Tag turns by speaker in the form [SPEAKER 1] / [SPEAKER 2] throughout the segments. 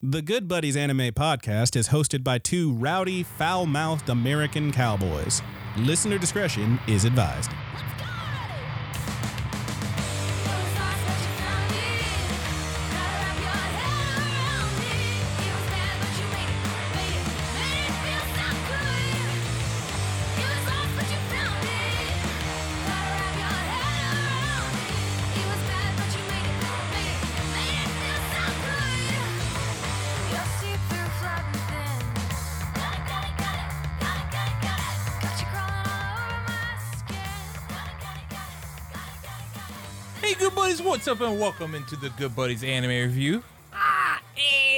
[SPEAKER 1] The Good Buddies Anime Podcast is hosted by two rowdy, foul mouthed American cowboys. Listener discretion is advised.
[SPEAKER 2] Hey, good buddies, what's up, and welcome into the Good Buddies Anime Review. I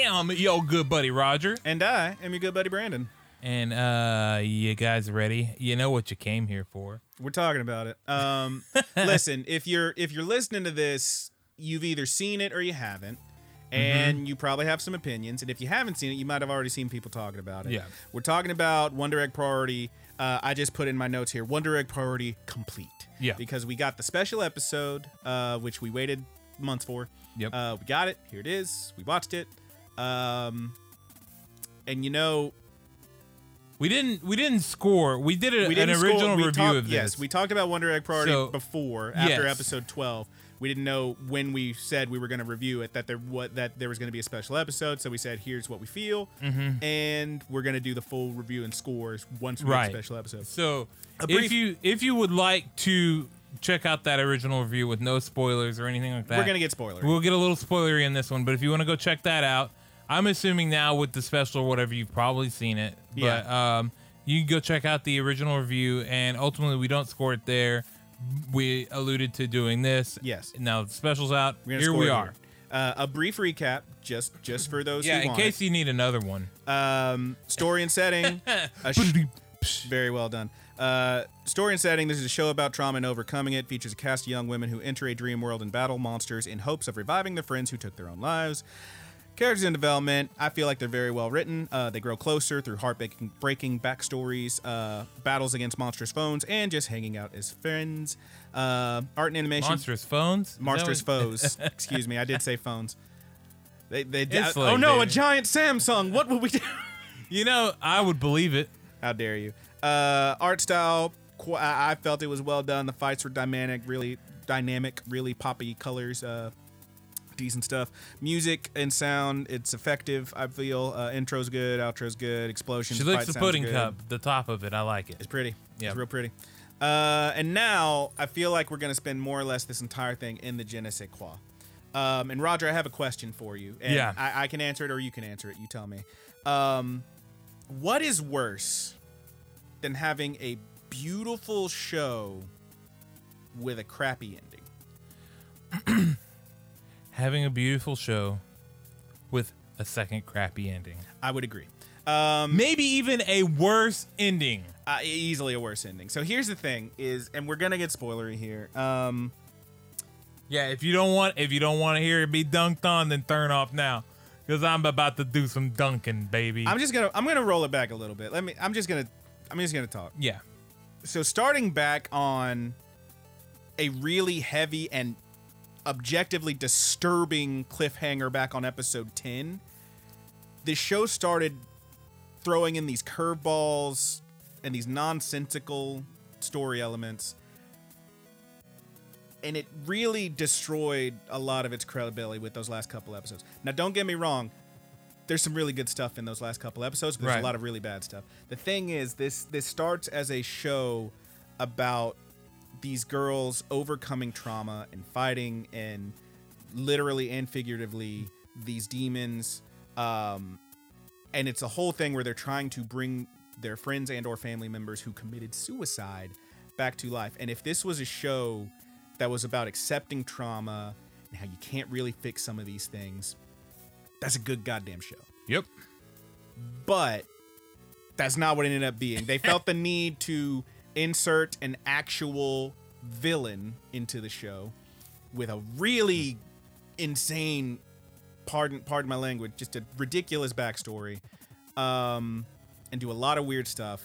[SPEAKER 2] am yo good buddy Roger,
[SPEAKER 1] And I am your good buddy Brandon.
[SPEAKER 2] and uh, you guys ready? You know what you came here for.
[SPEAKER 1] We're talking about it. Um, listen, if you're if you're listening to this, you've either seen it or you haven't,
[SPEAKER 2] Mm-hmm.
[SPEAKER 1] and you probably have some opinions. And if you haven't seen it, you might have already seen people talking about it.
[SPEAKER 2] Yeah.
[SPEAKER 1] we're talking about Wonder Egg Priority. Uh, I just put in my notes here Wonder Egg Priority complete.
[SPEAKER 2] Yeah.
[SPEAKER 1] because we got the special episode, uh, which we waited months for.
[SPEAKER 2] Yep.
[SPEAKER 1] Uh, we got it. Here it is. We watched it. Um, and you know,
[SPEAKER 2] we didn't. We didn't score. We did a,
[SPEAKER 1] we didn't
[SPEAKER 2] an
[SPEAKER 1] score-
[SPEAKER 2] original
[SPEAKER 1] we
[SPEAKER 2] review
[SPEAKER 1] talked-
[SPEAKER 2] of this.
[SPEAKER 1] Yes, we talked about Wonder Egg Priority
[SPEAKER 2] So-
[SPEAKER 1] before after
[SPEAKER 2] Yes.
[SPEAKER 1] episode twelve. We didn't know when we said we were going to review it that there what that there was going to be a special episode. So we said, "Here's what we feel,"
[SPEAKER 2] Mm-hmm.
[SPEAKER 1] and we're going to do the full review and scores once we
[SPEAKER 2] Right.
[SPEAKER 1] get the special episode.
[SPEAKER 2] So
[SPEAKER 1] brief-
[SPEAKER 2] if you if you would like to check out that original review with no spoilers or anything like that,
[SPEAKER 1] We're gonna get spoilery.
[SPEAKER 2] We'll get a little spoilery in this one, but if you want to go check that out, I'm assuming now with the special or whatever, you've probably seen it. But
[SPEAKER 1] Yeah.
[SPEAKER 2] um, you can go check out the original review, and ultimately we don't score it there. We alluded to doing this.
[SPEAKER 1] Yes.
[SPEAKER 2] Now the special's out.
[SPEAKER 1] We're gonna
[SPEAKER 2] Here
[SPEAKER 1] score
[SPEAKER 2] we
[SPEAKER 1] it
[SPEAKER 2] are.
[SPEAKER 1] Uh, a brief recap, just just for those
[SPEAKER 2] Yeah,
[SPEAKER 1] who
[SPEAKER 2] in
[SPEAKER 1] want.
[SPEAKER 2] case you need another one.
[SPEAKER 1] Um, story and setting. a sh- very well done. Uh, story and setting. This is a show about trauma and overcoming it. Features a cast of young women who enter a dream world and battle monsters in hopes of reviving their friends who took their own lives. Characters in development. I feel like they're very well written. Uh, they grow closer through heartbreaking breaking backstories, uh, battles against monstrous phones, and just hanging out as friends. Uh, art and animation.
[SPEAKER 2] Monstrous phones. Is that
[SPEAKER 1] Monstrous
[SPEAKER 2] what-
[SPEAKER 1] foes. Excuse me, I did say phones. They, they,
[SPEAKER 2] It's
[SPEAKER 1] oh
[SPEAKER 2] like
[SPEAKER 1] no,
[SPEAKER 2] they-
[SPEAKER 1] a giant Samsung. What will we do?
[SPEAKER 2] You know, I would believe it.
[SPEAKER 1] How dare you? Uh, art style, qu- I I felt it was well done. The fights were dynamic, really dynamic, really poppy colors. Uh, decent stuff. Music and sound, it's effective. I feel uh, intro's good, outro's good, explosions.
[SPEAKER 2] She licks
[SPEAKER 1] fight
[SPEAKER 2] the
[SPEAKER 1] sounds
[SPEAKER 2] pudding
[SPEAKER 1] good.
[SPEAKER 2] cup, the top of it. I like
[SPEAKER 1] It's
[SPEAKER 2] it.
[SPEAKER 1] pretty.
[SPEAKER 2] Yeah.
[SPEAKER 1] It's real pretty. Uh, and now I feel like we're gonna spend more or less this entire thing in the je ne sais quoi. Um, and Roger, I have a question for you. And
[SPEAKER 2] Yeah.
[SPEAKER 1] I, I can answer it or you can answer it. You tell me. Um, what is worse than having a beautiful show with a crappy ending?
[SPEAKER 2] Having a beautiful show with a second crappy ending.
[SPEAKER 1] I would agree. Um,
[SPEAKER 2] Maybe even a worse ending.
[SPEAKER 1] uh, easily a worse ending. So here's the thing: is and we're gonna get spoilery here. Um,
[SPEAKER 2] Yeah, if you don't want if you don't want to hear it be dunked on, then turn off now, because I'm about to do some dunking, baby.
[SPEAKER 1] I'm just gonna I'm gonna roll it back a little bit. Let me. I'm just gonna I'm just gonna talk.
[SPEAKER 2] yeah,
[SPEAKER 1] so starting back on a really heavy and objectively disturbing cliffhanger back on episode 10 the show started throwing in these curveballs and these nonsensical story elements and it really destroyed a lot of its credibility with those last couple episodes now don't get me wrong there's some really good stuff in those last couple episodes but there's
[SPEAKER 2] Right.
[SPEAKER 1] a lot of really bad stuff the thing is this this starts as a show about these girls overcoming trauma and fighting and literally and figuratively these demons um and it's a whole thing where they're trying to bring their friends and or family members who committed suicide back to life and if this was a show that was about accepting trauma and how you can't really fix some of these things that's a good goddamn show
[SPEAKER 2] yep,
[SPEAKER 1] but that's not what it ended up being. They felt the need to insert an actual villain into the show with a really insane pardon pardon my language, just a ridiculous backstory. Um and do a lot of weird stuff.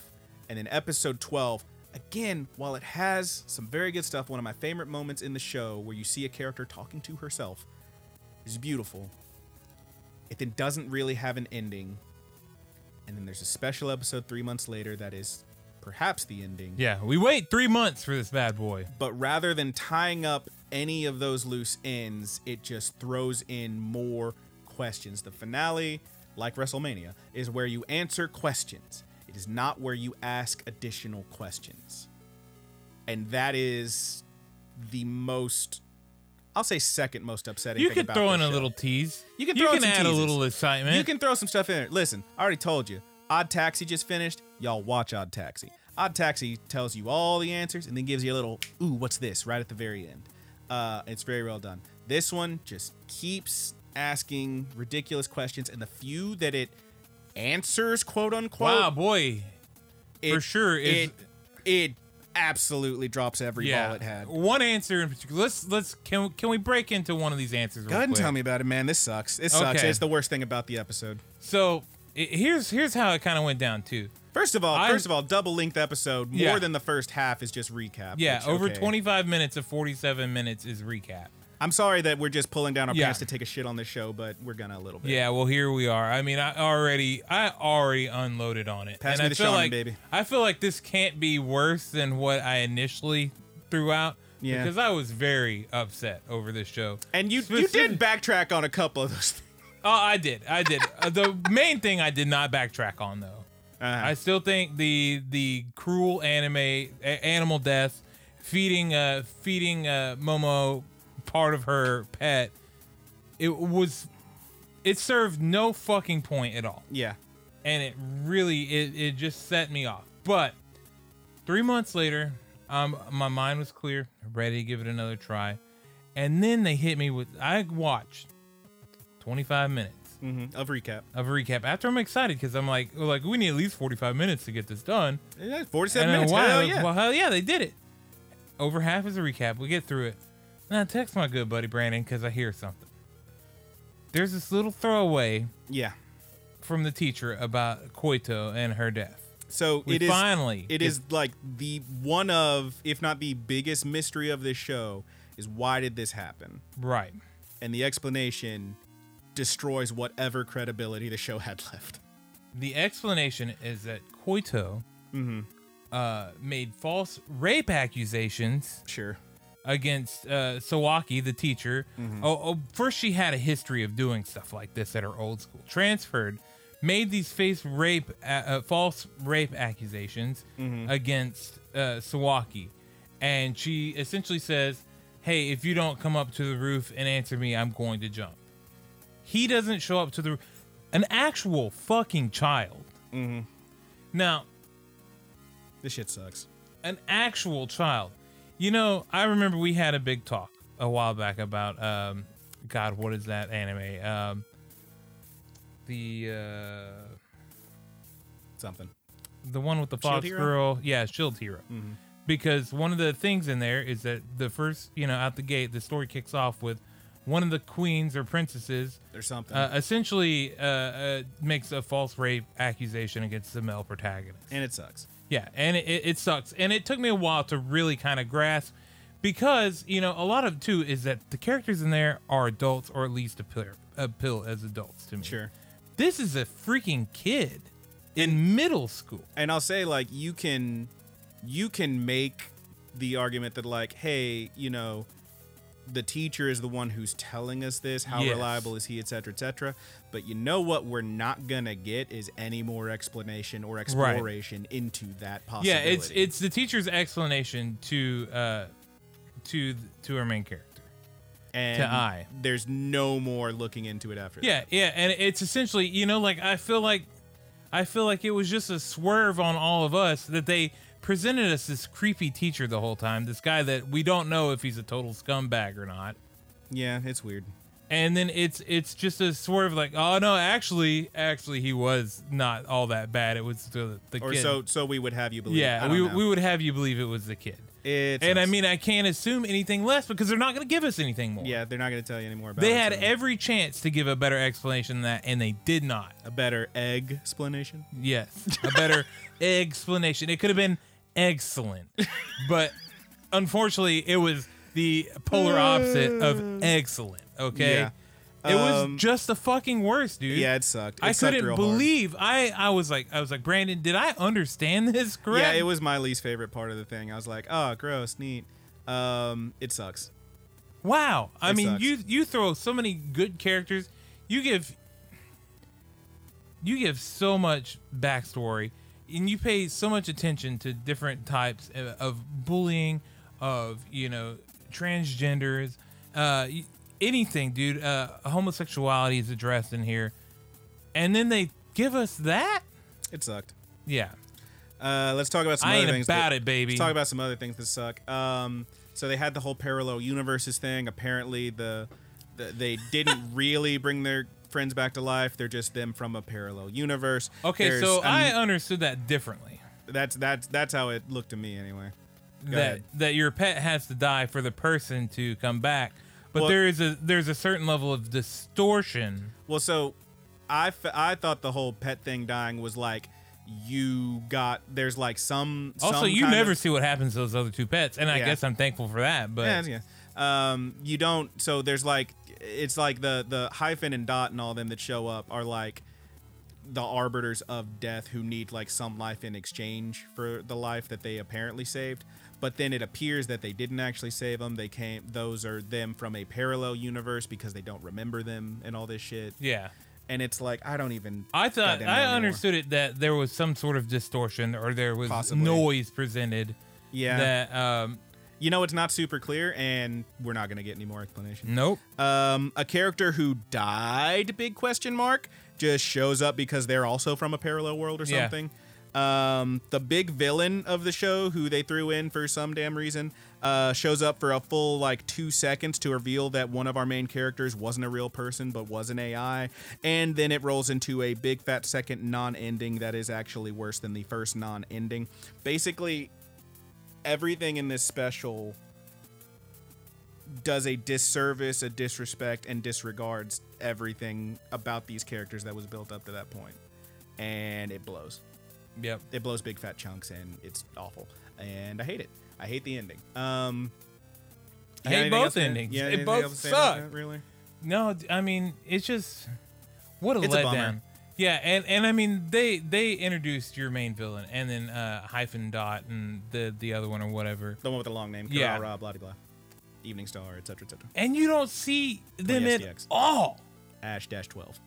[SPEAKER 1] And then episode 12, again, while it has some very good stuff, one of my favorite moments in the show where you see a character talking to herself is beautiful It then doesn't really have an ending. And then there's a special episode three months later that is perhaps the ending.
[SPEAKER 2] Yeah, we wait three months for this bad boy.
[SPEAKER 1] But rather than tying up any of those loose ends, it just throws in more questions. The finale, like WrestleMania, is where you answer questions. It is not where you ask additional questions. And that is the most I'll say second most upsetting
[SPEAKER 2] You
[SPEAKER 1] thing
[SPEAKER 2] could
[SPEAKER 1] about
[SPEAKER 2] throw
[SPEAKER 1] this
[SPEAKER 2] in a
[SPEAKER 1] show.
[SPEAKER 2] little tease.
[SPEAKER 1] You can throw in
[SPEAKER 2] you can
[SPEAKER 1] some
[SPEAKER 2] add a
[SPEAKER 1] teases.
[SPEAKER 2] little excitement.
[SPEAKER 1] You can throw some stuff in there. Listen, I already told you. Odd Taxi just finished. Y'all watch Odd Taxi. Odd Taxi tells you all the answers and then gives you a little, ooh, what's this, right at the very end. Uh, it's very well done. This one just keeps asking ridiculous questions, and the few that it answers, quote unquote,
[SPEAKER 2] wow, boy,
[SPEAKER 1] it,
[SPEAKER 2] for sure is-
[SPEAKER 1] it, it absolutely drops every
[SPEAKER 2] yeah.
[SPEAKER 1] ball it had. Go
[SPEAKER 2] One answer in particular. Let's let's can can we break into one of these answers? real
[SPEAKER 1] ahead and
[SPEAKER 2] quick?
[SPEAKER 1] tell me about it, man. This sucks. It sucks.
[SPEAKER 2] Okay.
[SPEAKER 1] It's the worst thing about the episode.
[SPEAKER 2] So i here's here's how it kind of went down too.
[SPEAKER 1] First of all,
[SPEAKER 2] I-
[SPEAKER 1] first of all, double length episode more
[SPEAKER 2] Yeah.
[SPEAKER 1] than the first half is just recap.
[SPEAKER 2] Yeah,
[SPEAKER 1] which,
[SPEAKER 2] over
[SPEAKER 1] okay.
[SPEAKER 2] 25 minutes of 47 minutes is recap.
[SPEAKER 1] I'm sorry that we're just pulling down our
[SPEAKER 2] Yeah.
[SPEAKER 1] pants to take a shit on this show, but we're gonna a little bit.
[SPEAKER 2] Yeah, well here we are. I mean, I already I already unloaded on it.
[SPEAKER 1] Pass
[SPEAKER 2] and
[SPEAKER 1] me
[SPEAKER 2] I
[SPEAKER 1] the
[SPEAKER 2] feel
[SPEAKER 1] shaman,
[SPEAKER 2] like
[SPEAKER 1] baby.
[SPEAKER 2] I feel like this can't be worse than what I initially threw out
[SPEAKER 1] Yeah.
[SPEAKER 2] because I was very upset over this show.
[SPEAKER 1] And you you
[SPEAKER 2] Specific-
[SPEAKER 1] did backtrack on a couple of those. Things.
[SPEAKER 2] Oh, I did. I did. Uh, the main thing I did not backtrack on though. I
[SPEAKER 1] Uh,
[SPEAKER 2] still think the the cruel anime a- animal death feeding uh feeding uh Momo part of her pet it was it served no fucking point at all
[SPEAKER 1] yeah,
[SPEAKER 2] and it really it, it just set me off but 3 months later um my mind was clear ready to give it another try and then they hit me with I watched 25 minutes
[SPEAKER 1] hmm of recap.
[SPEAKER 2] of a recap after I'm excited because I'm like, like we need at least 45 minutes to get this done.
[SPEAKER 1] Yeah, Forty-seven
[SPEAKER 2] And
[SPEAKER 1] minutes.
[SPEAKER 2] then, wow,
[SPEAKER 1] Hell yeah.
[SPEAKER 2] well, hell yeah, they did it. Over half is a recap. We get through it. And I text my good buddy Brandon because I hear something. There's this little throwaway
[SPEAKER 1] yeah.
[SPEAKER 2] from the teacher about Koito and her death.
[SPEAKER 1] So
[SPEAKER 2] We
[SPEAKER 1] it is
[SPEAKER 2] finally
[SPEAKER 1] it
[SPEAKER 2] get-
[SPEAKER 1] is like the one of, if not the biggest mystery of this show, is why did this happen?
[SPEAKER 2] Right.
[SPEAKER 1] And the explanation destroys whatever credibility the show had left.
[SPEAKER 2] The explanation is that Koito
[SPEAKER 1] Mm-hmm.
[SPEAKER 2] uh, made false rape accusations
[SPEAKER 1] Sure.
[SPEAKER 2] against uh, Sawaki, the teacher. Oh, oh, first she had a history of doing stuff like this at her old school. Transferred, made these face rape, uh, uh, false rape accusations against uh, Sawaki, and she essentially says, "Hey, if you don't come up to the roof and answer me, I'm going to jump." He doesn't show up to the, an actual fucking child. Now,
[SPEAKER 1] This shit sucks.
[SPEAKER 2] an actual child. You know, I remember we had a big talk a while back about um, God, what is that anime? Um, the uh,
[SPEAKER 1] Something.
[SPEAKER 2] the one with the fox
[SPEAKER 1] Hero?
[SPEAKER 2] girl, yeah, Shield Hero. Because one of the things in there is that the first, you know, out the gate, the story kicks off with one of the queens or princesses
[SPEAKER 1] or something.
[SPEAKER 2] uh, essentially uh, uh, makes a false rape accusation against the male protagonist.
[SPEAKER 1] and it sucks.
[SPEAKER 2] Yeah, and it, it sucks. And it took me a while to really kind of grasp because, you know, a lot of it too is that the characters in there are adults or at least appear, appeal as adults to me.
[SPEAKER 1] Sure.
[SPEAKER 2] This is a freaking kid in middle school.
[SPEAKER 1] And I'll say like you can you can make the argument that like, hey, you know, the teacher is the one who's telling us this, how
[SPEAKER 2] Yes.
[SPEAKER 1] reliable is he, et cetera, et cetera. But you know what we're not gonna get is any more explanation or exploration into that
[SPEAKER 2] Yeah,
[SPEAKER 1] possibility.
[SPEAKER 2] it's it's the teacher's explanation to uh to th- to her main character.
[SPEAKER 1] and
[SPEAKER 2] to eye.
[SPEAKER 1] There's no more looking into it after
[SPEAKER 2] Yeah,
[SPEAKER 1] that.
[SPEAKER 2] yeah, and it's essentially, you know, like I feel like I feel like it was just a swerve on all of us that they presented us this creepy teacher the whole time, this guy that we don't know if he's a total scumbag or not.
[SPEAKER 1] Yeah, it's weird.
[SPEAKER 2] And then it's it's just a swerve like, oh no, actually actually he was not all that bad. It was the, the
[SPEAKER 1] Or
[SPEAKER 2] kid.
[SPEAKER 1] so so we would have you believe. I
[SPEAKER 2] yeah,
[SPEAKER 1] don't
[SPEAKER 2] we,
[SPEAKER 1] know.
[SPEAKER 2] we would have you believe it was the kid.
[SPEAKER 1] It
[SPEAKER 2] and I
[SPEAKER 1] sucks.
[SPEAKER 2] mean, I can't assume anything less because they're not going to give us anything more.
[SPEAKER 1] Yeah, they're not gonna tell you anymore about
[SPEAKER 2] They
[SPEAKER 1] it,
[SPEAKER 2] had
[SPEAKER 1] so-
[SPEAKER 2] every chance to give a better explanation than that, and they did not.
[SPEAKER 1] a better egg explanation.
[SPEAKER 2] Yes, a better explanation. It could have been excellent, but unfortunately, it was the polar opposite of excellent. Okay, It
[SPEAKER 1] Mm. Um,
[SPEAKER 2] was just the fucking worst, dude.
[SPEAKER 1] Yeah, it sucked. It
[SPEAKER 2] I
[SPEAKER 1] sucked
[SPEAKER 2] couldn't
[SPEAKER 1] real hard.
[SPEAKER 2] believe I I was like I was like Brandon, did I understand this correct?
[SPEAKER 1] Yeah, it was my least favorite part of the thing. I was like, oh, gross, neat. Um, it sucks.
[SPEAKER 2] Wow. I
[SPEAKER 1] It
[SPEAKER 2] mean,
[SPEAKER 1] sucks.
[SPEAKER 2] you you throw so many good characters. You give you give so much backstory, and you pay so much attention to different types uh, of bullying, of you know transgenders, uh, y- anything, dude. Uh, homosexuality is addressed in here, and then they give us that.
[SPEAKER 1] It sucked.
[SPEAKER 2] Yeah,
[SPEAKER 1] Uh, let's talk about some
[SPEAKER 2] I
[SPEAKER 1] other
[SPEAKER 2] ain't
[SPEAKER 1] things.
[SPEAKER 2] about
[SPEAKER 1] that-
[SPEAKER 2] it, baby.
[SPEAKER 1] Let's talk about some other things that suck. Um, so they had the whole parallel universes thing. Apparently, the, the they didn't really bring their friends back to life. They're just them from a parallel universe.
[SPEAKER 2] okay,
[SPEAKER 1] There's
[SPEAKER 2] so
[SPEAKER 1] an-
[SPEAKER 2] I understood that differently.
[SPEAKER 1] that's that's that's how it looked to me anyway. Go
[SPEAKER 2] that
[SPEAKER 1] ahead.
[SPEAKER 2] that your pet has to die for the person to come back. But
[SPEAKER 1] Well-
[SPEAKER 2] there is a there's a certain level of distortion.
[SPEAKER 1] Well, so I, f- I thought the whole pet thing dying was like you got there's like some
[SPEAKER 2] Also,
[SPEAKER 1] some
[SPEAKER 2] you
[SPEAKER 1] kind
[SPEAKER 2] never
[SPEAKER 1] of,
[SPEAKER 2] see what happens to those other two pets, and I
[SPEAKER 1] Yeah.
[SPEAKER 2] guess I'm thankful for that. But
[SPEAKER 1] yeah, yeah. Um, you don't. So there's like, it's like the the hyphen and dot and all them that show up are like the arbiters of death who need like some life in exchange for the life that they apparently saved. But then it appears that they didn't actually save them. They came. Those are them from a parallel universe because they don't remember them and all this shit.
[SPEAKER 2] yeah.
[SPEAKER 1] And it's like I don't even.
[SPEAKER 2] I thought
[SPEAKER 1] goddamn know anymore.
[SPEAKER 2] I understood it that there was some sort of distortion or there was
[SPEAKER 1] Possibly.
[SPEAKER 2] noise presented
[SPEAKER 1] Yeah.
[SPEAKER 2] that um
[SPEAKER 1] you know, it's not super clear, and we're not gonna get any more explanation.
[SPEAKER 2] nope.
[SPEAKER 1] um, a character who died big question mark just shows up because they're also from a parallel world or
[SPEAKER 2] Yeah.
[SPEAKER 1] something um, the big villain of the show who they threw in for some damn reason uh, shows up for a full like two seconds to reveal that one of our main characters wasn't a real person but was an ai and then it rolls into a big fat second non-ending that is actually worse than the first non-ending basically everything in this special does a disservice, a disrespect, and disregards everything about these characters that was built up to that point. And it blows.
[SPEAKER 2] Yep.
[SPEAKER 1] It blows big fat chunks, and it's awful. And I hate it. I hate the ending. Um,
[SPEAKER 2] I
[SPEAKER 1] you got
[SPEAKER 2] hate
[SPEAKER 1] anything
[SPEAKER 2] both
[SPEAKER 1] else to-
[SPEAKER 2] endings.
[SPEAKER 1] yeah,
[SPEAKER 2] They
[SPEAKER 1] anything
[SPEAKER 2] both
[SPEAKER 1] else to say about
[SPEAKER 2] suck.
[SPEAKER 1] that, really?
[SPEAKER 2] No, d- I mean it's just what a
[SPEAKER 1] It's a bummer.
[SPEAKER 2] letdown. Yeah, and, and I mean they they introduced your main villain and then uh, hyphen dot and the the other one or whatever,
[SPEAKER 1] The one with the long name.
[SPEAKER 2] Yeah.
[SPEAKER 1] Yeah. Ra, blah, de blah. Evening Star, etc., etc.
[SPEAKER 2] and you don't see them at
[SPEAKER 1] 20SDX.
[SPEAKER 2] all,
[SPEAKER 1] Ash dash 12.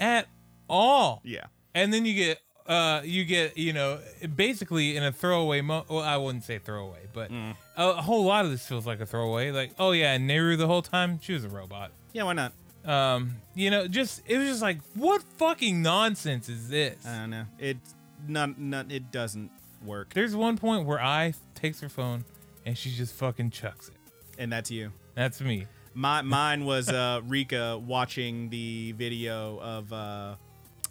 [SPEAKER 2] at all.
[SPEAKER 1] Yeah.
[SPEAKER 2] And then you get uh you get you know basically in a throwaway mo- well I wouldn't say throwaway but
[SPEAKER 1] Mm.
[SPEAKER 2] a, a whole lot of this feels like a throwaway like oh yeah and Nehru the whole time she was a robot
[SPEAKER 1] Yeah, why not?
[SPEAKER 2] um you know just it was just like what fucking nonsense is this
[SPEAKER 1] I don't know. It's not, not, it doesn't work.
[SPEAKER 2] There's one point where I takes her phone and she just fucking chucks it.
[SPEAKER 1] And that's you.
[SPEAKER 2] That's me.
[SPEAKER 1] My mine was uh, Rika watching the video of uh,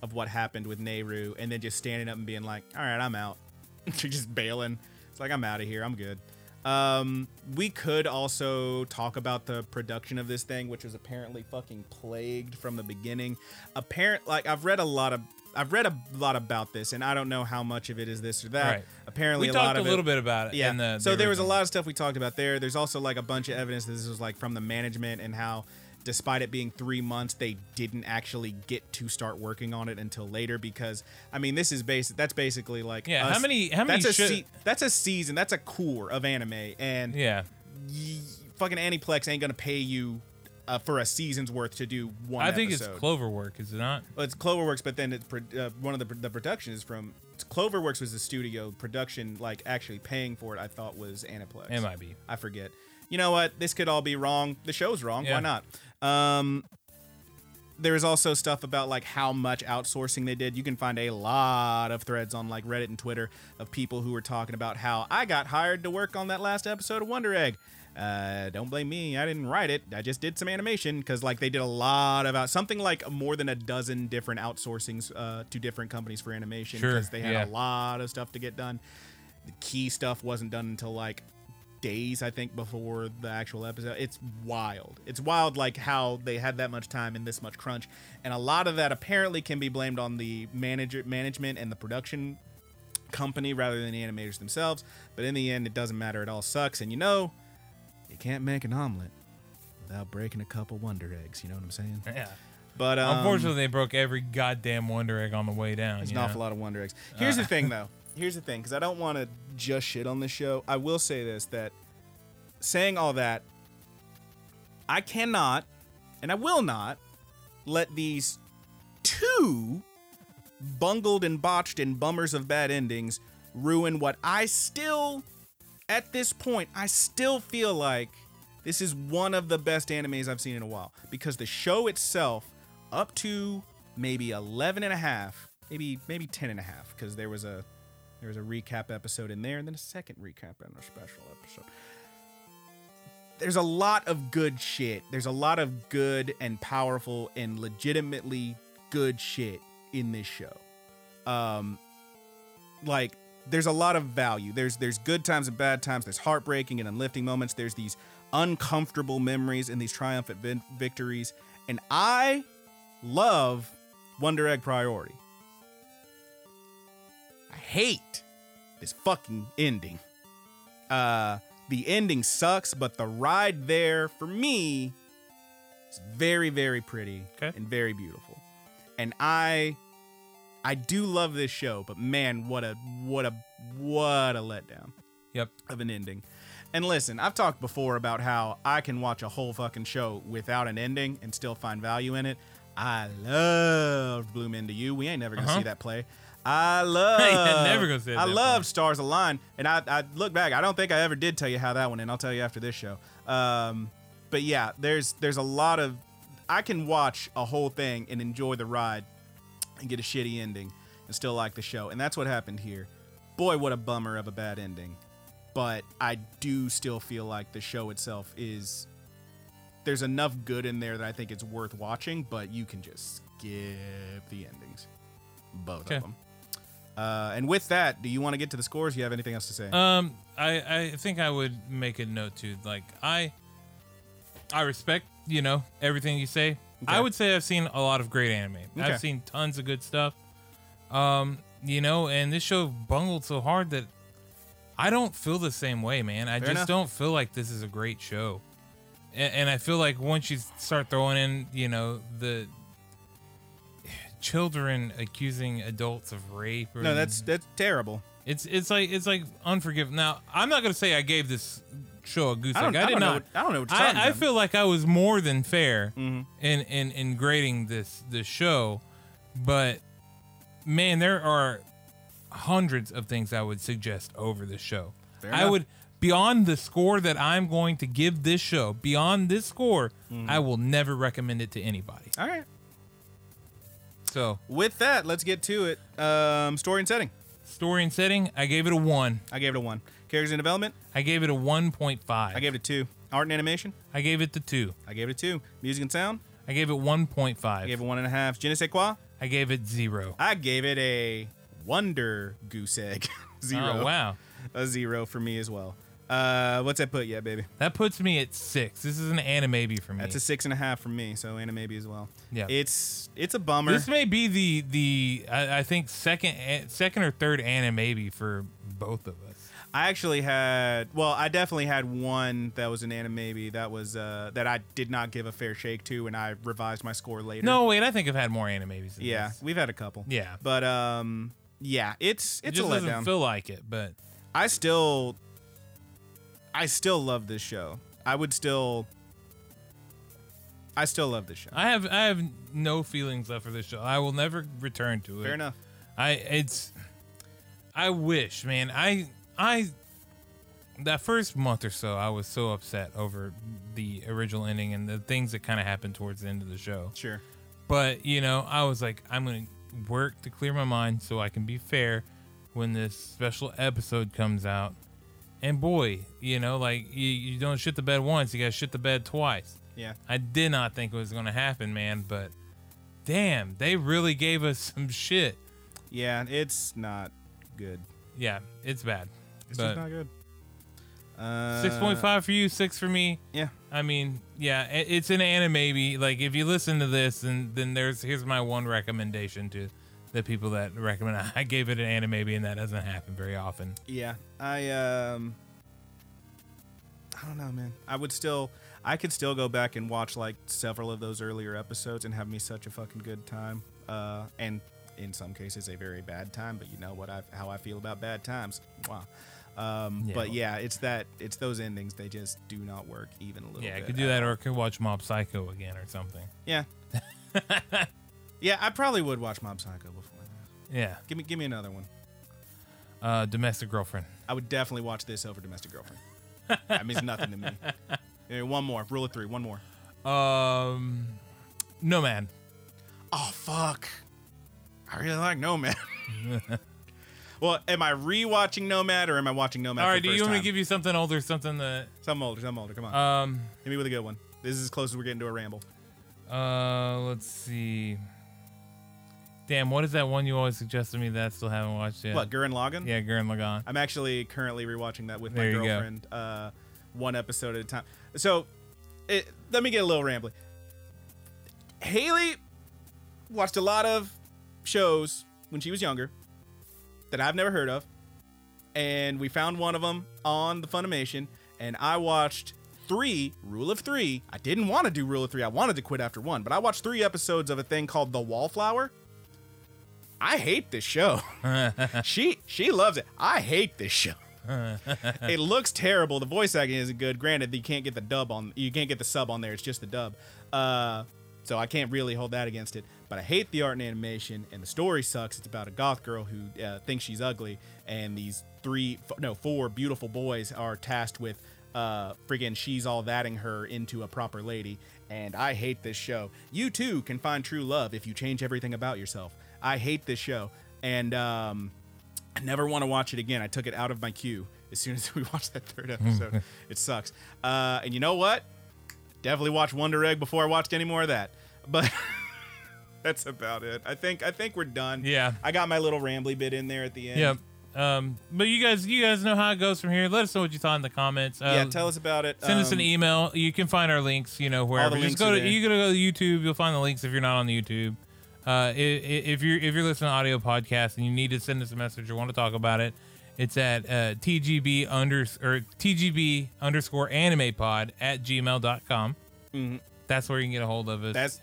[SPEAKER 1] of what happened with Nehru, and then just standing up and being like, "All right, I'm out." She's just bailing. It's like I'm out of here. I'm good. Um, we could also talk about the production of this thing, which was apparently fucking plagued from the beginning. Apparent, like I've read a lot of. I've read a lot about this, and I don't know how much of it is this or that.
[SPEAKER 2] Right.
[SPEAKER 1] Apparently,
[SPEAKER 2] We
[SPEAKER 1] a lot
[SPEAKER 2] talked a
[SPEAKER 1] of
[SPEAKER 2] little
[SPEAKER 1] it,
[SPEAKER 2] bit about it.
[SPEAKER 1] yeah.
[SPEAKER 2] Uh, In the,
[SPEAKER 1] so
[SPEAKER 2] the
[SPEAKER 1] there was a
[SPEAKER 2] original.
[SPEAKER 1] lot of stuff we talked about there. There's also like a bunch of evidence that this was like from the management and how, despite it being three months, they didn't actually get to start working on it until later because I mean this is basic. That's basically like
[SPEAKER 2] Yeah, how
[SPEAKER 1] us-
[SPEAKER 2] many- how many
[SPEAKER 1] That's a
[SPEAKER 2] should-
[SPEAKER 1] se- that's a season. That's a core of anime and
[SPEAKER 2] Yeah.
[SPEAKER 1] y- fucking Aniplex ain't gonna pay you. Uh, for a season's worth to do one.
[SPEAKER 2] I think
[SPEAKER 1] episode.
[SPEAKER 2] it's Cloverwork, is it not?
[SPEAKER 1] Well, it's Cloverworks, but then it's pro- uh, one of the, the production is from Cloverworks was the studio production, like actually paying for it. I thought was Aniplex.
[SPEAKER 2] It might be.
[SPEAKER 1] I forget. You know what? This could all be wrong. The show's wrong.
[SPEAKER 2] Yeah.
[SPEAKER 1] Why not? Um, there is also stuff about like how much outsourcing they did. You can find a lot of threads on like Reddit and Twitter of people who were talking about how I got hired to work on that last episode of Wonder Egg. Uh, don't blame me. I didn't write it. I just did some animation because like they did a lot of out something like more than a dozen different outsourcings uh, to different companies for animation
[SPEAKER 2] Sure,
[SPEAKER 1] because they had
[SPEAKER 2] yeah.
[SPEAKER 1] a lot of stuff to get done. The key stuff wasn't done until like days I think before the actual episode. It's wild. It's wild like how they had that much time and this much crunch. And a lot of that apparently can be blamed on the manager management and the production company rather than the animators themselves. But in the end it doesn't matter. It all sucks and you know you can't make an omelet without breaking a couple Wonder Eggs. You know what I'm saying?
[SPEAKER 2] Yeah.
[SPEAKER 1] But um,
[SPEAKER 2] Unfortunately, they broke every goddamn Wonder Egg on the way down.
[SPEAKER 1] There's
[SPEAKER 2] you
[SPEAKER 1] an
[SPEAKER 2] know?
[SPEAKER 1] awful lot of Wonder Eggs. Here's the thing, though. Here's the thing, because I don't want to just shit on this show. I will say this: that saying all that, I cannot, and I will not, let these two bungled and botched and bummers of bad endings ruin what I still, at this point, I still feel like this is one of the best animes I've seen in a while because the show itself, up to maybe 11 and a half, maybe maybe 10 and a half, because there was a there was a recap episode in there and then a second recap and a special episode there's a lot of good shit. There's a lot of good and powerful and legitimately good shit in this show. Um like there's a lot of value. There's there's good times and bad times. There's heartbreaking and uplifting moments. There's these uncomfortable memories and these triumphant vin- victories. And I love Wonder Egg Priority. I hate this fucking ending. Uh, the ending sucks, but the ride there for me is very, very pretty
[SPEAKER 2] Okay.
[SPEAKER 1] and very beautiful. And I, I do love this show, but man, what a what a what a letdown
[SPEAKER 2] Yep.
[SPEAKER 1] of an ending. And listen, I've talked before about how I can watch a whole fucking show without an ending and still find value in it. I loved Bloom Into You. We ain't never gonna
[SPEAKER 2] Uh-huh.
[SPEAKER 1] see that play. I love.
[SPEAKER 2] never gonna see that
[SPEAKER 1] I
[SPEAKER 2] play.
[SPEAKER 1] loved Stars Align, and I, I look back. I don't think I ever did tell you how that went, and I'll tell you after this show. Um, but yeah, there's there's a lot of I can watch a whole thing and enjoy the ride and get a shitty ending and still like the show. And that's what happened here. Boy, what a bummer of a bad ending. But I do still feel like the show itself is there's enough good in there that I think it's worth watching, but you can just skip the endings. Both
[SPEAKER 2] Okay.
[SPEAKER 1] of them. Uh, and with that, do you want to get to the scores? You have anything else to say?
[SPEAKER 2] Um, I I think I would make a note too. Like I, I respect you know everything you say. I
[SPEAKER 1] Okay.
[SPEAKER 2] would say I've seen a lot of great anime.
[SPEAKER 1] Okay.
[SPEAKER 2] I've seen tons of good stuff. Um, you know, and this show bungled so hard that I don't feel the same way, man. I just
[SPEAKER 1] enough.
[SPEAKER 2] don't feel like this is a great show. A- And I feel like once you start throwing in, you know, the children accusing adults of rape or
[SPEAKER 1] no, that's that's terrible.
[SPEAKER 2] it's it's like it's like unforgiving. Now I'm not gonna say I gave this show a goose
[SPEAKER 1] I
[SPEAKER 2] egg. I,
[SPEAKER 1] don't,
[SPEAKER 2] did
[SPEAKER 1] I don't
[SPEAKER 2] not.
[SPEAKER 1] know. What, I don't know what you're talking
[SPEAKER 2] I, I
[SPEAKER 1] about. Mm-hmm.
[SPEAKER 2] feel like I was more than fair in, in in grading this this show, but man, there are hundreds of things I would suggest over this show.
[SPEAKER 1] Fair
[SPEAKER 2] I
[SPEAKER 1] enough.
[SPEAKER 2] would beyond the score that I'm going to give this show. Beyond this score,
[SPEAKER 1] Mm-hmm.
[SPEAKER 2] I will never recommend it to anybody.
[SPEAKER 1] All right.
[SPEAKER 2] So
[SPEAKER 1] With that, let's get to it. Um, story and setting.
[SPEAKER 2] story and setting, I gave it a one.
[SPEAKER 1] I gave it a one. Characters in development.
[SPEAKER 2] I gave it a one point five.
[SPEAKER 1] I gave it a two. Art and animation.
[SPEAKER 2] I gave it the two.
[SPEAKER 1] I gave it a two. Music and sound.
[SPEAKER 2] I gave it 1.5.
[SPEAKER 1] I gave it one and a half. Je ne sais quoi.
[SPEAKER 2] I gave it zero.
[SPEAKER 1] I gave it a wonder goose egg. zero.
[SPEAKER 2] Oh, wow.
[SPEAKER 1] A zero for me as well. Uh, what's that put yet, baby?
[SPEAKER 2] That puts me at six. This is an anime for me.
[SPEAKER 1] That's a six and a half from me. So anime as well.
[SPEAKER 2] Yeah.
[SPEAKER 1] It's it's a bummer.
[SPEAKER 2] this may be the the I, I think second a- second or third anime for both of us.
[SPEAKER 1] I actually had well, I definitely had one that was an anime maybe that was uh that I did not give a fair shake to and I revised my score later.
[SPEAKER 2] No, wait, I think I've had more anime babies. Than
[SPEAKER 1] Yeah,
[SPEAKER 2] this.
[SPEAKER 1] we've had a couple.
[SPEAKER 2] Yeah.
[SPEAKER 1] But um yeah, it's
[SPEAKER 2] it
[SPEAKER 1] it's a
[SPEAKER 2] just doesn't
[SPEAKER 1] letdown.
[SPEAKER 2] feel like it. But
[SPEAKER 1] I still I still love this show. I would still I still love this show.
[SPEAKER 2] I have I have no feelings left for this show. I will never return to it.
[SPEAKER 1] Fair enough.
[SPEAKER 2] I it's I wish, man. I I that first month or so I was so upset over the original ending and the things that kind of happened towards the end of the show.
[SPEAKER 1] Sure.
[SPEAKER 2] But, you know, I was like I'm going to work to clear my mind so I can be fair when this special episode comes out. And boy, you know, like you, you don't shit the bed once, you got to shit the bed twice.
[SPEAKER 1] Yeah.
[SPEAKER 2] I did not think it was going to happen, man, but damn, they really gave us some shit.
[SPEAKER 1] Yeah, it's not good.
[SPEAKER 2] Yeah, it's bad.
[SPEAKER 1] It's
[SPEAKER 2] but
[SPEAKER 1] just not good. Uh,
[SPEAKER 2] six point five for you, six for me.
[SPEAKER 1] Yeah.
[SPEAKER 2] I mean, yeah, i- it's an anime. Maybe like if you listen to this, and then there's here's my one recommendation to the people that recommend. I gave it an anime, and that doesn't happen very often.
[SPEAKER 1] Yeah, I um, I don't know, man. I would still, I could still go back and watch like several of those earlier episodes and have me such a fucking good time. Uh, and in some cases, a very bad time. But you know what? I how I feel about bad times. Wow. Um,
[SPEAKER 2] Yeah.
[SPEAKER 1] But yeah, it's that it's those endings. They just do not work even a little.
[SPEAKER 2] Yeah, I
[SPEAKER 1] bit
[SPEAKER 2] could do
[SPEAKER 1] at
[SPEAKER 2] that, or I could watch Mob Psycho again or something.
[SPEAKER 1] yeah. yeah, I probably would watch Mob Psycho before that.
[SPEAKER 2] Yeah,
[SPEAKER 1] Give me give me another one.
[SPEAKER 2] uh, Domestic Girlfriend.
[SPEAKER 1] I would definitely watch this over Domestic Girlfriend. that means nothing to me. Yeah, one more. Rule of three. One more.
[SPEAKER 2] Um, Nomad.
[SPEAKER 1] Oh fuck. I really like Nomad. well, am I rewatching Nomad or am I watching Nomad?
[SPEAKER 2] All
[SPEAKER 1] for
[SPEAKER 2] right,
[SPEAKER 1] the
[SPEAKER 2] do you
[SPEAKER 1] first
[SPEAKER 2] want me
[SPEAKER 1] time?
[SPEAKER 2] to give you something older, something that?
[SPEAKER 1] some older, some older? Come on.
[SPEAKER 2] Um,
[SPEAKER 1] Hit me with a good one. This is as close as we're getting to a ramble.
[SPEAKER 2] uh, let's see. Damn, what is that one you always suggested to me that I still haven't watched yet?
[SPEAKER 1] What, Gurren Lagann?
[SPEAKER 2] Yeah, Gurren Lagann.
[SPEAKER 1] I'm actually currently rewatching that with
[SPEAKER 2] There
[SPEAKER 1] my
[SPEAKER 2] you go.
[SPEAKER 1] girlfriend, uh, one episode at a time. So, it, let me get a little rambly. Haley watched a lot of shows when she was younger that I've never heard of, and we found one of them on the Funimation, and I watched three Rule of Three. I didn't want to do Rule of Three. I wanted to quit after one, but I watched three episodes of a thing called The Wallflower. I hate this show. she she loves it. I hate this show. it looks terrible. The voice acting isn't good. Granted, you can't get the dub on you can't get the sub on there. It's just the dub. Uh, so I can't really hold that against it. But I hate the art and animation, and the story sucks. It's about a goth girl who uh, thinks she's ugly, and these three f- no four beautiful boys are tasked with uh friggin' she's all thatting her into a proper lady. And I hate this show. You too can find true love if you change everything about yourself. I hate this show. And um, I never want to watch it again. I took it out of my queue as soon as we watched that third episode. it sucks. Uh, and you know what? Definitely watched Wonder Egg before I watched any more of that. But that's about it. I think I think we're done.
[SPEAKER 2] Yeah.
[SPEAKER 1] I got my little rambly bit in there at the end.
[SPEAKER 2] Yep. Um, but you guys, you guys know how it goes from here. Let us know what you thought in the comments. Uh,
[SPEAKER 1] Yeah, tell us about it.
[SPEAKER 2] Send us an
[SPEAKER 1] Um,
[SPEAKER 2] email. You can find our links, you know, wherever.
[SPEAKER 1] links
[SPEAKER 2] Just go
[SPEAKER 1] are
[SPEAKER 2] to
[SPEAKER 1] there.
[SPEAKER 2] you gotta go to YouTube. You'll find the links if you're not on the YouTube. Uh, i- i- if you're if you're listening to audio podcast and you need to send us a message or want to talk about it, it's at uh, tgb under or tgb underscore anime pod at gmail.com. Mm-hmm. That's where you can get a hold of us.
[SPEAKER 1] That's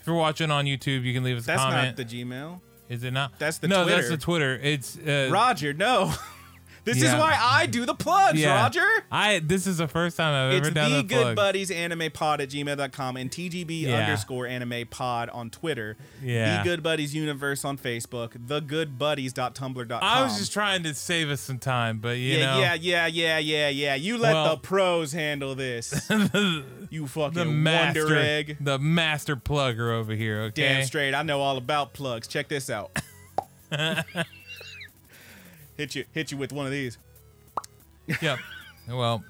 [SPEAKER 2] if you're watching on YouTube, you can leave us
[SPEAKER 1] that's
[SPEAKER 2] a
[SPEAKER 1] not
[SPEAKER 2] comment.
[SPEAKER 1] the Gmail.
[SPEAKER 2] is it not?
[SPEAKER 1] that's the
[SPEAKER 2] no. That's
[SPEAKER 1] Twitter.
[SPEAKER 2] the Twitter. It's uh,
[SPEAKER 1] Roger, no. this is
[SPEAKER 2] Yeah.
[SPEAKER 1] why I do the plugs,
[SPEAKER 2] yeah.
[SPEAKER 1] Roger.
[SPEAKER 2] I this is the first time I've
[SPEAKER 1] It's
[SPEAKER 2] ever done
[SPEAKER 1] the
[SPEAKER 2] that
[SPEAKER 1] good
[SPEAKER 2] plug.
[SPEAKER 1] buddies anime pod at gmail.com and TGB
[SPEAKER 2] Yeah.
[SPEAKER 1] underscore anime pod on Twitter.
[SPEAKER 2] Yeah.
[SPEAKER 1] The good buddies universe on Facebook. The good buddies.tumblr.com.
[SPEAKER 2] I was just trying to save us some time, but you
[SPEAKER 1] Um, yeah,
[SPEAKER 2] know,
[SPEAKER 1] yeah, yeah, yeah, yeah, yeah. You let
[SPEAKER 2] Well-
[SPEAKER 1] the pros handle this. you fucking
[SPEAKER 2] the
[SPEAKER 1] wonder
[SPEAKER 2] master,
[SPEAKER 1] egg.
[SPEAKER 2] the master plugger over here. Okay,
[SPEAKER 1] Damn straight. I know all about plugs. Check this out. hit you hit you with one of these.
[SPEAKER 2] Yep. Well,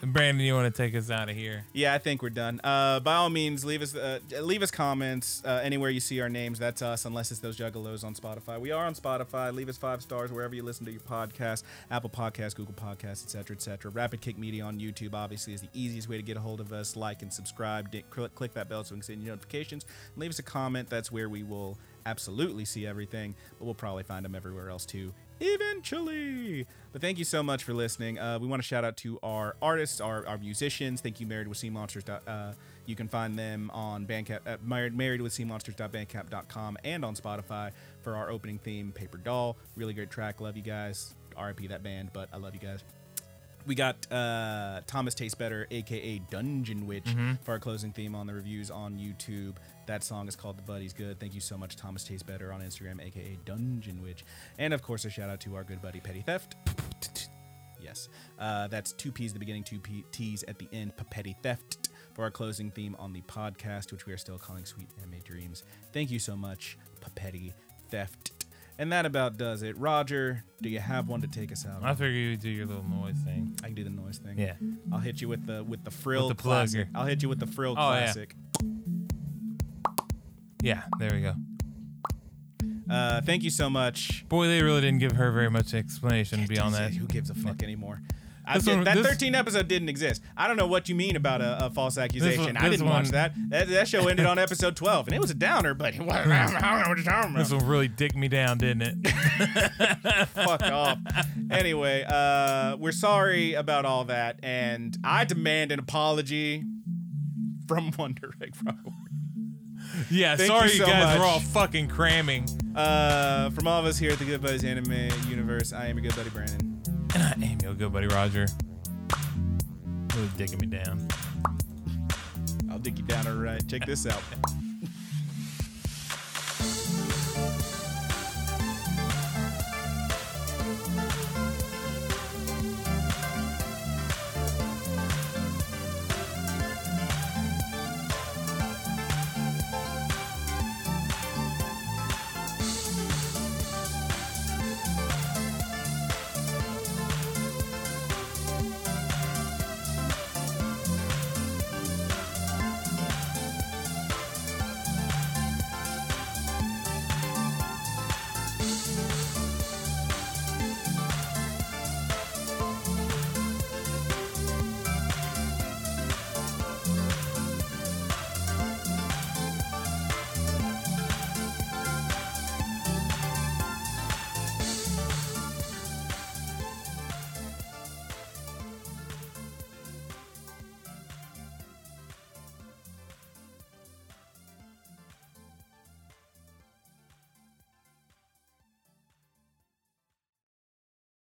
[SPEAKER 2] Brandon, you want to take us out of here?
[SPEAKER 1] Yeah, I think we're done. Uh, by all means, leave us uh, leave us comments uh, anywhere you see our names. That's us, unless it's those juggalos on Spotify. We are on Spotify. Leave us five stars wherever you listen to your podcast: Apple Podcasts, Google Podcasts, etc., etc. Rapid Kick Media on YouTube, obviously, is the easiest way to get a hold of us. Like and subscribe. Di- click, click that bell so we can send you notifications. Leave us a comment. That's where we will absolutely see everything, but we'll probably find them everywhere else too eventually. But thank you so much for listening. Uh, we want to shout out to our artists, our, our musicians. Thank you, Married with Sea Monsters. dot- Uh, you can find them on Bandcamp, uh, married, married with Sea Monsters.bandcamp.com and on Spotify for our opening theme, Paper Doll. Really great track. Love you guys. RIP that band, but I love you guys. We got uh, Thomas Tastes Better, aka Dungeon Witch, for our closing theme on the reviews on YouTube. That song is called The Buddy's Good. Thank you so much, Thomas Tastes Better, on Instagram, aka Dungeon Witch. And of course, a shout out to our good buddy Petty Theft. Yes. Uh, that's two P's at the beginning, two P- T's at the end, Petty Theft, for our closing theme on the podcast, which we are still calling Sweet Anime Dreams. Thank you so much, Petty Theft. And that about does it. Roger, do you have one to take us out?
[SPEAKER 2] I figure you would do your little noise thing.
[SPEAKER 1] I can do the noise thing.
[SPEAKER 2] Yeah.
[SPEAKER 1] I'll hit you with the with the frill
[SPEAKER 2] With the
[SPEAKER 1] classic.
[SPEAKER 2] plugger.
[SPEAKER 1] I'll hit you with the frill
[SPEAKER 2] Oh, yeah.
[SPEAKER 1] classic.
[SPEAKER 2] Yeah. There we go.
[SPEAKER 1] Uh, thank you so much.
[SPEAKER 2] Boy, they really didn't give her very much explanation beyond that.
[SPEAKER 1] Who gives a fuck anymore? I
[SPEAKER 2] This
[SPEAKER 1] did-
[SPEAKER 2] one-
[SPEAKER 1] that
[SPEAKER 2] this-
[SPEAKER 1] 13 episode didn't exist. I don't know what you mean about a, a false accusation. I
[SPEAKER 2] this
[SPEAKER 1] didn't watch
[SPEAKER 2] one-
[SPEAKER 1] that. that. That show ended on episode 12, and it was a downer, but it wasn't, I don't know what you're talking about.
[SPEAKER 2] This will really dig me down, didn't it?
[SPEAKER 1] fuck off. Anyway, uh, we're sorry about all that, and I demand an apology from One Direct, probably.
[SPEAKER 2] Yeah,
[SPEAKER 1] Thank
[SPEAKER 2] sorry
[SPEAKER 1] you
[SPEAKER 2] you,
[SPEAKER 1] so
[SPEAKER 2] guys
[SPEAKER 1] much.
[SPEAKER 2] we're all fucking cramming.
[SPEAKER 1] Uh, from all of us here at the Good Buddies Anime Universe, I am your good buddy Brandon.
[SPEAKER 2] And I am your good buddy Roger. Really digging me down.
[SPEAKER 1] I'll dig you down, all right. Check this out.